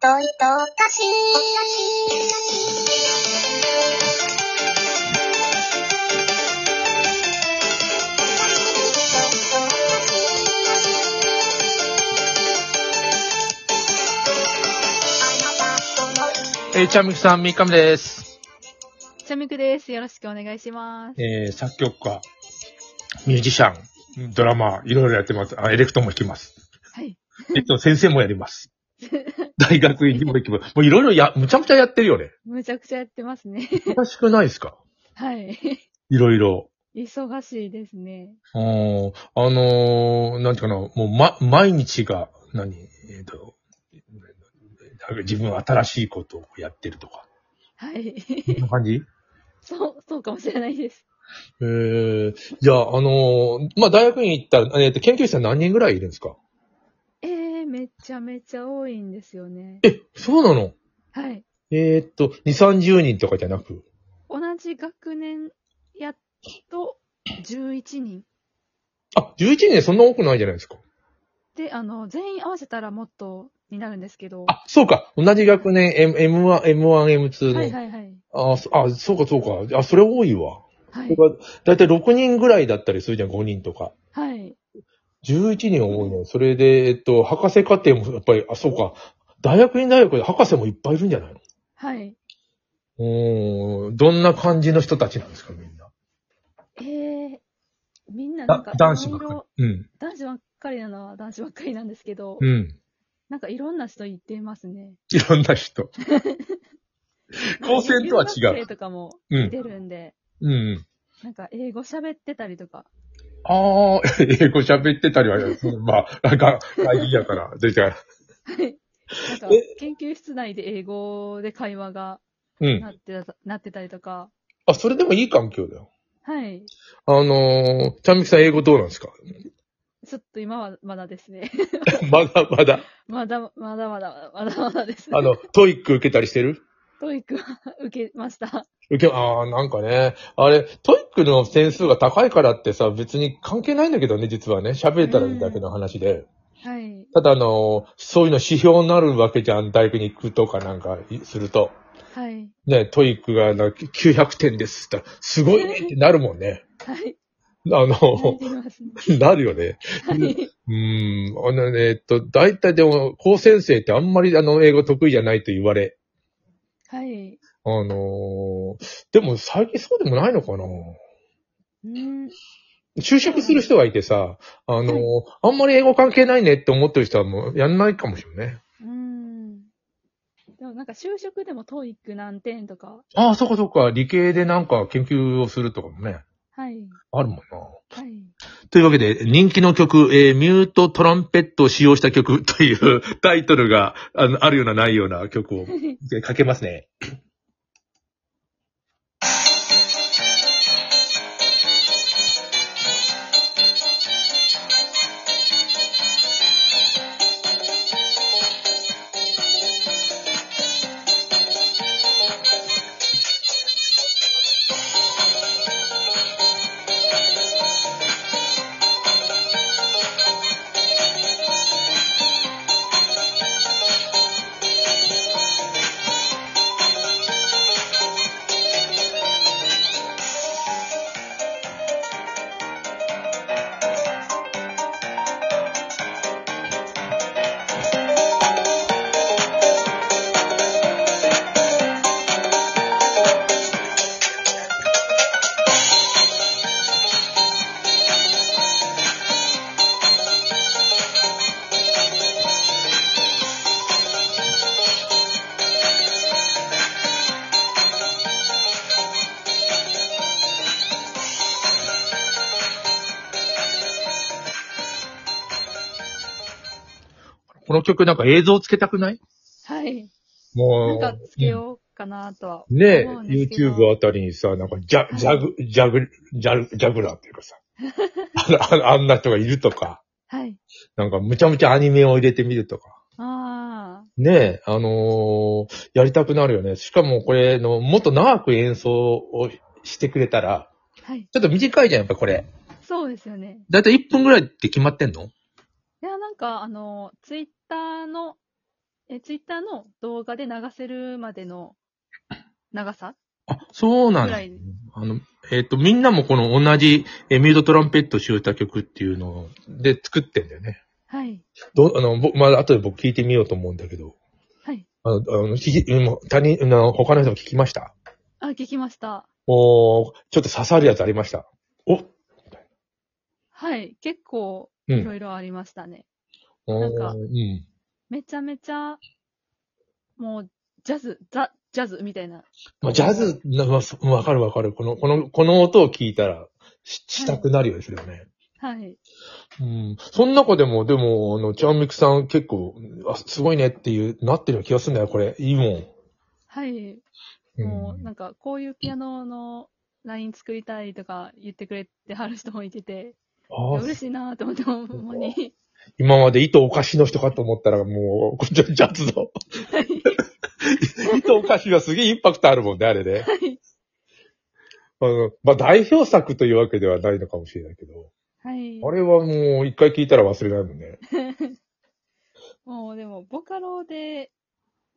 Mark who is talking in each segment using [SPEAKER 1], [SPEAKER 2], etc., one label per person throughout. [SPEAKER 1] といとおかしい。
[SPEAKER 2] えー、ちゃみくさん、三日目です。
[SPEAKER 3] ちゃみくです。よろしくお願いします。
[SPEAKER 2] えー、作曲家、ミュージシャン、ドラマー、いろいろやってます。あ、エレクトーンも弾きます。
[SPEAKER 3] はい。
[SPEAKER 2] えっと、先生もやります。大学院にも行きます。もういろいろや、むちゃむちゃやってるよね。
[SPEAKER 3] むちゃくちゃやってます ね。
[SPEAKER 2] 忙しくないですか
[SPEAKER 3] はい。
[SPEAKER 2] いろいろ。
[SPEAKER 3] 忙しいですね。
[SPEAKER 2] うーん、あのー、なんていうかな、もう、ま、毎日が、何えっ、と、自分は新しいことをやってるとか。
[SPEAKER 3] はい。
[SPEAKER 2] そんな感じ
[SPEAKER 3] そう、そうかもしれないです。
[SPEAKER 2] えー、じゃあ、あのーまあ、大学院行ったら、えっ、と、研究室は何人ぐらいいるんですか
[SPEAKER 3] えー、めちゃめちゃ多いんですよね。
[SPEAKER 2] そうなの
[SPEAKER 3] はい。
[SPEAKER 2] えーっと、2、30人とかじゃなく。
[SPEAKER 3] 同じ学年やっと11人。
[SPEAKER 2] あ、11人でそんな多くないじゃないですか。
[SPEAKER 3] で、あの、全員合わせたらもっとになるんですけど。は
[SPEAKER 2] あ、そうか。同じ学年、M、M1、M1、M2
[SPEAKER 3] い
[SPEAKER 2] の。
[SPEAKER 3] はいはい。
[SPEAKER 2] あそあ、そうかそうか。あ、それ多いわ。
[SPEAKER 3] は
[SPEAKER 2] それ
[SPEAKER 3] い。
[SPEAKER 2] がだいたい6人ぐらいだったりするじゃん、5人とか。
[SPEAKER 3] はい。
[SPEAKER 2] 11人は多いね。それで、えっと、博士課程もやっぱり、あ、そうか。大学院大学で博士もいっぱいいるんじゃないの
[SPEAKER 3] はい。
[SPEAKER 2] うーん、どんな感じの人たちなんですか、みんな。
[SPEAKER 3] えー、みんななん
[SPEAKER 2] だ
[SPEAKER 3] か、
[SPEAKER 2] 男子
[SPEAKER 3] い
[SPEAKER 2] ば
[SPEAKER 3] ろ
[SPEAKER 2] っ
[SPEAKER 3] い
[SPEAKER 2] か
[SPEAKER 3] ろ、
[SPEAKER 2] り。うん。
[SPEAKER 3] 男子ばっかりなのは男子ばっかりなんですけど、
[SPEAKER 2] うん。
[SPEAKER 3] なんかいろんな人いてますね。
[SPEAKER 2] いろんな 人。高専とは違う
[SPEAKER 3] 留学生とかも
[SPEAKER 2] う
[SPEAKER 3] 出
[SPEAKER 2] ん。
[SPEAKER 3] るんで、
[SPEAKER 2] うん。
[SPEAKER 3] なんか英語喋ってたりとか。
[SPEAKER 2] ああ、 英語喋ってたりは、まあ、なんか、外人やから、出てから。
[SPEAKER 3] はい。なんか
[SPEAKER 2] え、
[SPEAKER 3] 研究室内で英語で会話が
[SPEAKER 2] うん。
[SPEAKER 3] なってた、なってたりとか。
[SPEAKER 2] あ、それでもいい環境だよ。
[SPEAKER 3] はい。
[SPEAKER 2] あのー、ちゃんみきさん英語どうなんですか
[SPEAKER 3] ちょっと今はまだですね。
[SPEAKER 2] まだまだ。
[SPEAKER 3] まだ、まだまだ、まだまだですね。
[SPEAKER 2] あの、トイック受けたりしてる
[SPEAKER 3] トイックは受けました。
[SPEAKER 2] 受け、ああ、なんかね、あれ、トイックの点数が高いからってさ、別に関係ないんだけどね、実はね、喋れたらいいだけの話で。
[SPEAKER 3] はい。
[SPEAKER 2] ただあのーそういうの指標になるわけじゃん、大学に行くとかなんかすると。
[SPEAKER 3] はい。
[SPEAKER 2] ね、トイックがなんか900点ですって言ったら、すごいねってなるもんね。
[SPEAKER 3] はい。
[SPEAKER 2] あの
[SPEAKER 3] 泣い
[SPEAKER 2] ー、
[SPEAKER 3] てます ね。
[SPEAKER 2] なるよね。
[SPEAKER 3] はい。
[SPEAKER 2] うーん、あのね、えっと、大体でも、高専生ってあんまりあの、英語得意じゃないと言われ。
[SPEAKER 3] はい。
[SPEAKER 2] あのーでも最近そうでもないのかな
[SPEAKER 3] うん。
[SPEAKER 2] 就職する人がいてさ、あのー
[SPEAKER 3] はい
[SPEAKER 2] あんまり英語関係ないねって思ってる人はもうやんないかもしれないね。
[SPEAKER 3] うん。でもなんか就職でもトイック何点とか。
[SPEAKER 2] ああ、そっかそっか、理系でなんか研究をするとかもね、
[SPEAKER 3] はい。
[SPEAKER 2] あるもんな。
[SPEAKER 3] はい。
[SPEAKER 2] というわけで、人気の曲、えーミュートトランペットを使用した曲というタイトルがあのあるようなないような曲をじゃあかけますね。この曲なんか映像つけたくない
[SPEAKER 3] はい。な
[SPEAKER 2] も
[SPEAKER 3] ん
[SPEAKER 2] う。
[SPEAKER 3] かつけようかなとは。
[SPEAKER 2] ねえ
[SPEAKER 3] 思うん、ですけど
[SPEAKER 2] YouTube あたりにさ、なんか、ジャ、ジャグ、ジャグ、ジャグ、ジャグラーっていうか さ、あのあのあんな人がいるとか、
[SPEAKER 3] はい。
[SPEAKER 2] なんか、むちゃむちゃアニメを入れてみるとか。
[SPEAKER 3] あ
[SPEAKER 2] ねえ、あのーやりたくなるよね。しかもこれの、もっと長く演奏をしてくれたら、
[SPEAKER 3] あ。はい。
[SPEAKER 2] ちょっと短いじゃん、やっぱこれ。
[SPEAKER 3] そうですよね。
[SPEAKER 2] だいたい1分ぐらいって決まってんの
[SPEAKER 3] いや、なんか、あの、Twitter のえ、ツイッターの動画で流せるまでの長さ
[SPEAKER 2] あ、そうなん
[SPEAKER 3] ぐ
[SPEAKER 2] だ
[SPEAKER 3] ら。い。
[SPEAKER 2] あの、えっ、と、みんなもこの同じ、えーミュートトランペット使用した曲っていうのをで作ってんだよね。
[SPEAKER 3] はい。
[SPEAKER 2] どう、あの、僕、まあ、後で僕聞いてみようと思うんだけど。
[SPEAKER 3] はい。
[SPEAKER 2] あの、あの聞き、うん他人、あの他の人も聞きました。
[SPEAKER 3] あ、聞きました。
[SPEAKER 2] おーちょっと刺さるやつありました。お
[SPEAKER 3] はい。結構、
[SPEAKER 2] う
[SPEAKER 3] いろ
[SPEAKER 2] ん。
[SPEAKER 3] いろありましたね。
[SPEAKER 2] なん
[SPEAKER 3] か
[SPEAKER 2] うん。
[SPEAKER 3] めちゃめちゃ、もう、ジャズ、ザ、ジャズみたいな。
[SPEAKER 2] まあ、ジャズ、なまあそわかるわかる。この、この、この音を聞いたら、し、したくなるよね、それはね。
[SPEAKER 3] はい。
[SPEAKER 2] うん。その中でも、でも、あの、チャンミクさん結構、あ、すごいねっていう、なってるような気がするんだよ、これ。いいもん。
[SPEAKER 3] はい。
[SPEAKER 2] うん
[SPEAKER 3] もう、なんか、こういうピアノのライン作りたいとか言ってくれてはる人もいてて、
[SPEAKER 2] あ
[SPEAKER 3] 嬉しいなと思って、ほんまに。
[SPEAKER 2] 今まで糸おかしの人かと思ったら、もう、こっちはジャズの。
[SPEAKER 3] はい。
[SPEAKER 2] 糸おかしはすげえインパクトあるもんね、あれね。
[SPEAKER 3] はい。
[SPEAKER 2] あの、まあ、代表作というわけではないのかもしれないけど。
[SPEAKER 3] はい。
[SPEAKER 2] あれはもう、一回聞いたら忘れないもんね。
[SPEAKER 3] もうでも、ボカロで、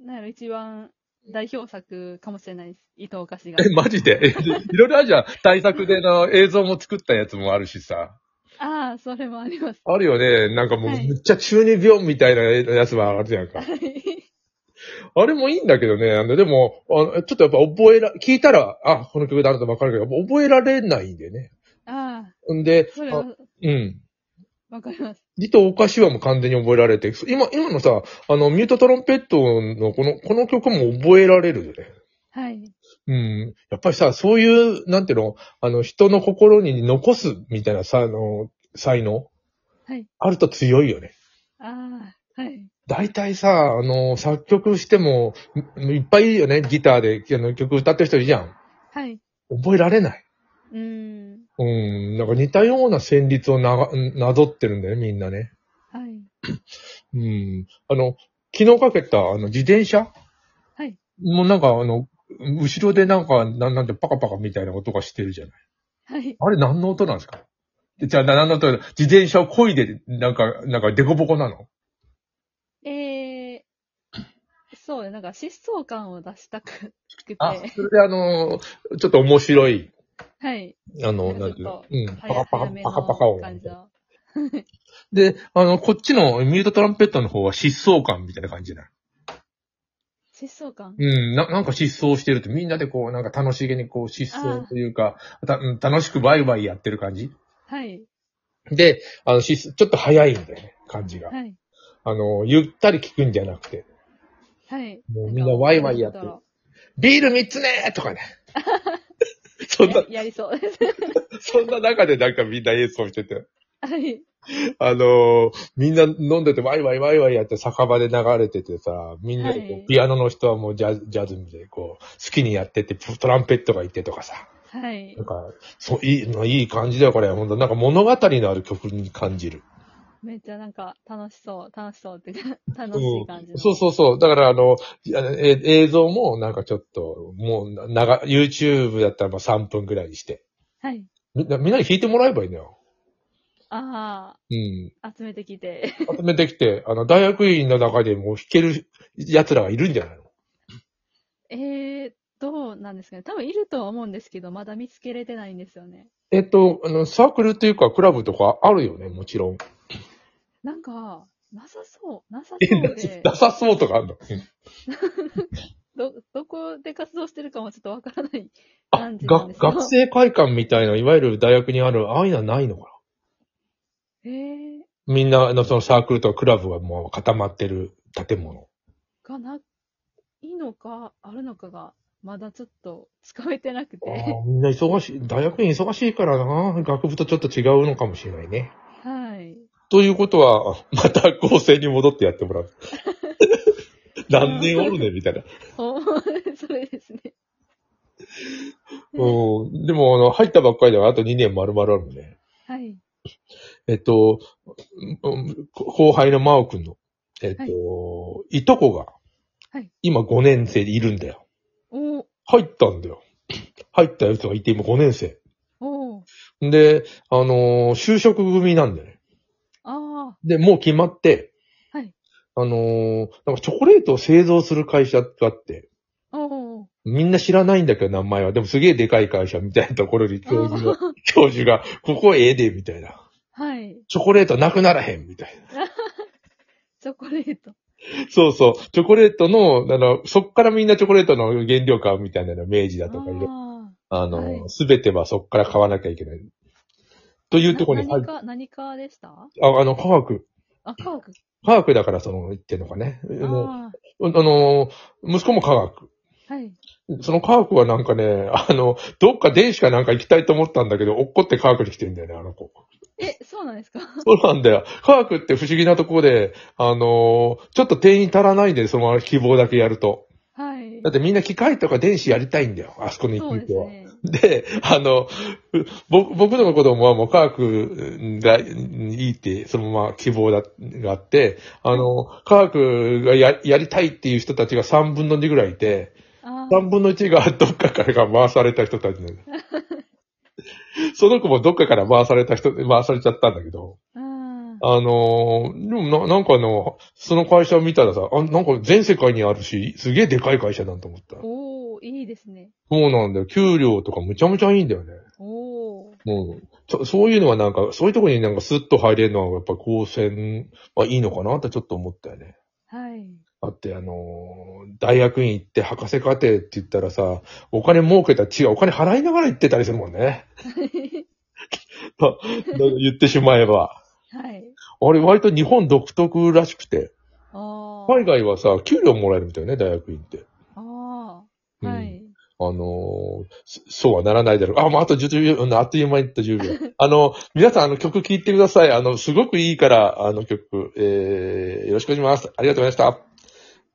[SPEAKER 3] なんやろ、一番代表作かもしれないです。伊藤歌詞が
[SPEAKER 2] え、。マジでえいろいろあるじゃん。対策での映像も作ったやつもあるしさ。
[SPEAKER 3] ああ、それもあります。
[SPEAKER 2] あるよね。なんかもう、
[SPEAKER 3] はい
[SPEAKER 2] めっちゃ中二病みたいなやつもあるじゃんか。
[SPEAKER 3] はい
[SPEAKER 2] あれもいいんだけどね。あのでも、あのちょっとやっぱ覚えら、聞いたら、あ、この曲だなとわかるけど、やっぱ覚えられないんだよね。
[SPEAKER 3] ああ、
[SPEAKER 2] んで、
[SPEAKER 3] それ
[SPEAKER 2] あ
[SPEAKER 3] は
[SPEAKER 2] うん。
[SPEAKER 3] わかります。
[SPEAKER 2] リとおかしはもう完全に覚えられて、そ今、今のさ、あの、ミュートトロンペットのこの、この曲も覚えられるよね。
[SPEAKER 3] はい。
[SPEAKER 2] うん。やっぱりさ、そういう、なんていうの、あの、人の心に残すみたいなさ、あの、才能
[SPEAKER 3] はい。
[SPEAKER 2] あると強いよね。
[SPEAKER 3] ああ、はい。
[SPEAKER 2] 大体さ、あの、作曲しても、んいっぱいいるよね、ギターで、あの、曲歌ってる人いるじゃん。
[SPEAKER 3] はい。
[SPEAKER 2] 覚えられない。
[SPEAKER 3] うーん。
[SPEAKER 2] うん、なんか似たような旋律をなが、なぞってるんだよね、みんなね。
[SPEAKER 3] はい。
[SPEAKER 2] うん。あの、昨日かけた、あの、自転車
[SPEAKER 3] はい。
[SPEAKER 2] もうなんか、あの、後ろでなんか、なんなんてパカパカみたいな音がしてるじゃない。
[SPEAKER 3] はい。
[SPEAKER 2] あれ何の音なんですかでじゃあ、な何の音自転車を漕いで、なんか、なんか、デコボコなの
[SPEAKER 3] えー、そうね、なんか疾走感を出したくて、
[SPEAKER 2] あ
[SPEAKER 3] は、
[SPEAKER 2] それであの、ちょっと面白い、
[SPEAKER 3] い。
[SPEAKER 2] あの、
[SPEAKER 3] な
[SPEAKER 2] なんんて
[SPEAKER 3] かち
[SPEAKER 2] いう
[SPEAKER 3] ょ
[SPEAKER 2] の
[SPEAKER 3] っと
[SPEAKER 2] うん、パカ
[SPEAKER 3] 早
[SPEAKER 2] パカ
[SPEAKER 3] 早、め
[SPEAKER 2] パカパカ
[SPEAKER 3] の
[SPEAKER 2] 音。
[SPEAKER 3] 感じの。
[SPEAKER 2] で、あの、こっちのミュートトランペットの方は疾走感みたいな感じなの。
[SPEAKER 3] 疾走感
[SPEAKER 2] うん、な、なんか失踪してるって、みんなでこう、なんか楽しげにこう、失踪というか、たうん楽しくバイバイやってる感じ
[SPEAKER 3] はい。
[SPEAKER 2] で、あの、失踪ちょっと早いんだよね、感じが。
[SPEAKER 3] はい。
[SPEAKER 2] あの、ゆったり聞くんじゃなくて、
[SPEAKER 3] はい。
[SPEAKER 2] もうみんなワイワイやってるビール3つねーとか ね。そんな
[SPEAKER 3] や、 やりそうです。
[SPEAKER 2] そんな中でなんかみんな演奏してて、
[SPEAKER 3] はい。
[SPEAKER 2] あのーみんな飲んでてワイワイワイワイやって酒場で流れててさ、みんなでこう、
[SPEAKER 3] はい
[SPEAKER 2] ピアノの人はもうジャズ、ジャズでこう、好きにやってて、トランペットがいてとかさ。
[SPEAKER 3] はい
[SPEAKER 2] なん。か、そう、いい、いい感じだよ、これ。本当なんか物語のある曲に感じる。
[SPEAKER 3] めっちゃなんか楽しそう、楽しそうっていうか、楽しい感じの。
[SPEAKER 2] そうそうそう。だから、あの、あのえ映像もなんかちょっと、もう、な長、YouTube だったらもう3分ぐらいにして。
[SPEAKER 3] はい。
[SPEAKER 2] みんな、みんなに弾いてもらえばいいのよ。
[SPEAKER 3] あ
[SPEAKER 2] うん。
[SPEAKER 3] あ、集めてきて。
[SPEAKER 2] 集めてきて、あの、大学院の中でもう弾ける奴らがいるんじゃないの
[SPEAKER 3] えー、どうなんですかね。多分いるとは思うんですけど、まだ見つけれてないんですよね。
[SPEAKER 2] えっと、あの、サークルっていうか、クラブとかあるよね、もちろん。
[SPEAKER 3] なんか、なさそう、なさ
[SPEAKER 2] え、
[SPEAKER 3] そ
[SPEAKER 2] な
[SPEAKER 3] うで、
[SPEAKER 2] なさそうとかあるの
[SPEAKER 3] ど、どこで活動してるかもちょっとわからない
[SPEAKER 2] あ
[SPEAKER 3] 感じなん
[SPEAKER 2] が
[SPEAKER 3] ですけど。
[SPEAKER 2] 学生会館みたいな、いわゆる大学にある、ああいうのはないのかな
[SPEAKER 3] えー、
[SPEAKER 2] みんなのそのサークルとかクラブがもう固まってる建物。
[SPEAKER 3] がないのか、あるのかが、まだちょっと使えてな
[SPEAKER 2] あ
[SPEAKER 3] くて。
[SPEAKER 2] ーみんな忙しい、大学院忙しいからな。学部とちょっと違うのかもしれないね。
[SPEAKER 3] はい。
[SPEAKER 2] ということは、また構成に戻ってやってもら う。何年おるねんみたいな。
[SPEAKER 3] ほ それですね。
[SPEAKER 2] うん。でも、あの、入ったばっかりだから、あと2年丸々あるもんね。
[SPEAKER 3] はい。
[SPEAKER 2] えっと、うん後輩の真央くんの、えっと、、
[SPEAKER 3] はい
[SPEAKER 2] とこが、
[SPEAKER 3] はい
[SPEAKER 2] 今5年生でいるんだよ。
[SPEAKER 3] おー
[SPEAKER 2] 入ったんだよ。入ったやつがいて今5年生。
[SPEAKER 3] おー
[SPEAKER 2] で、あのー就職組なんだよね。
[SPEAKER 3] あ
[SPEAKER 2] で、もう決まって、
[SPEAKER 3] はい
[SPEAKER 2] あのーなんかチョコレートを製造する会社があって、
[SPEAKER 3] おお。
[SPEAKER 2] みんな知らないんだけど、名前は。でもすげえでかい会社みたいなところに教授が、教授が、ここええで、みたいな。
[SPEAKER 3] はい。
[SPEAKER 2] チョコレートなくならへん、みたい
[SPEAKER 3] チョコレート。
[SPEAKER 2] な。そうそう。チョコレートの、あの、そっからみんなチョコレートの原料買うみたいなの明治だとかいろいろ、
[SPEAKER 3] あ
[SPEAKER 2] あ
[SPEAKER 3] はい
[SPEAKER 2] の、すべてはそっから買わなきゃいけない。とい
[SPEAKER 3] ー
[SPEAKER 2] うところに
[SPEAKER 3] な
[SPEAKER 2] 入
[SPEAKER 3] 何
[SPEAKER 2] っ
[SPEAKER 3] か、何かでした
[SPEAKER 2] あ、あの、科学。
[SPEAKER 3] あ、科学。
[SPEAKER 2] 科学だからその、言ってんのかね。
[SPEAKER 3] あ
[SPEAKER 2] も
[SPEAKER 3] あ
[SPEAKER 2] うあの、息子も科学。
[SPEAKER 3] ー。はい。
[SPEAKER 2] その科学はなんかね、あの、どっか電子かなんか行きたいと思ったんだけど、落っこって科学に来てんだよね、あの子。
[SPEAKER 3] え、そうなんですか
[SPEAKER 2] そうなんだよ。科学って不思議なとこで、あのちょっと定員足らないで、その希望だけやると。
[SPEAKER 3] はい
[SPEAKER 2] だっ。てみんな機械とか電子やりたいんだよ、あそこに行
[SPEAKER 3] そう
[SPEAKER 2] く
[SPEAKER 3] です
[SPEAKER 2] 人は。
[SPEAKER 3] ね。
[SPEAKER 2] で、あの、僕、僕の子供はもう科学がいいって、そのまま希望だ、があって、あの、科学がややりたいっていう人たちが3分の2ぐらいいて、
[SPEAKER 3] あ
[SPEAKER 2] 3分の1がどっかからが回された人たちなのその子もどっかから回された人、回されちゃったんだけど、
[SPEAKER 3] あ。ああ。
[SPEAKER 2] あのーでもな、なんかあの、その会社を見たらさ、あ、なんか全世界にあるし、すげえでかい会社だと思った。
[SPEAKER 3] おおいいですね。
[SPEAKER 2] そうなんだよ。給料とかむちゃむちゃいいんだよね。
[SPEAKER 3] おお。
[SPEAKER 2] もう、そそういうのはなんか、そういうところになんかスッと入れるのはやっぱ高専はいいのかなってちょっと思ったよね。
[SPEAKER 3] はい。
[SPEAKER 2] だってあのー大学院行って博士課程って言ったらさ、お金儲けたら違う、お金払いながら行ってたりするもん ね。と言ってしまえば。
[SPEAKER 3] はい。
[SPEAKER 2] あれ割と日本独特らしくて、
[SPEAKER 3] ああ。
[SPEAKER 2] 海外はさ、給料もらえるみたいね、大学院って。
[SPEAKER 3] あ
[SPEAKER 2] う
[SPEAKER 3] あ。
[SPEAKER 2] ん
[SPEAKER 3] はい。
[SPEAKER 2] あのーそそうはならないだろう。あ、もうあと10秒、うんあっという間に言った10秒。あ の、皆さんあの曲聴いてください。あの、すごくいいから、あの曲、えー、よろしくお願いします。ありがとうございました。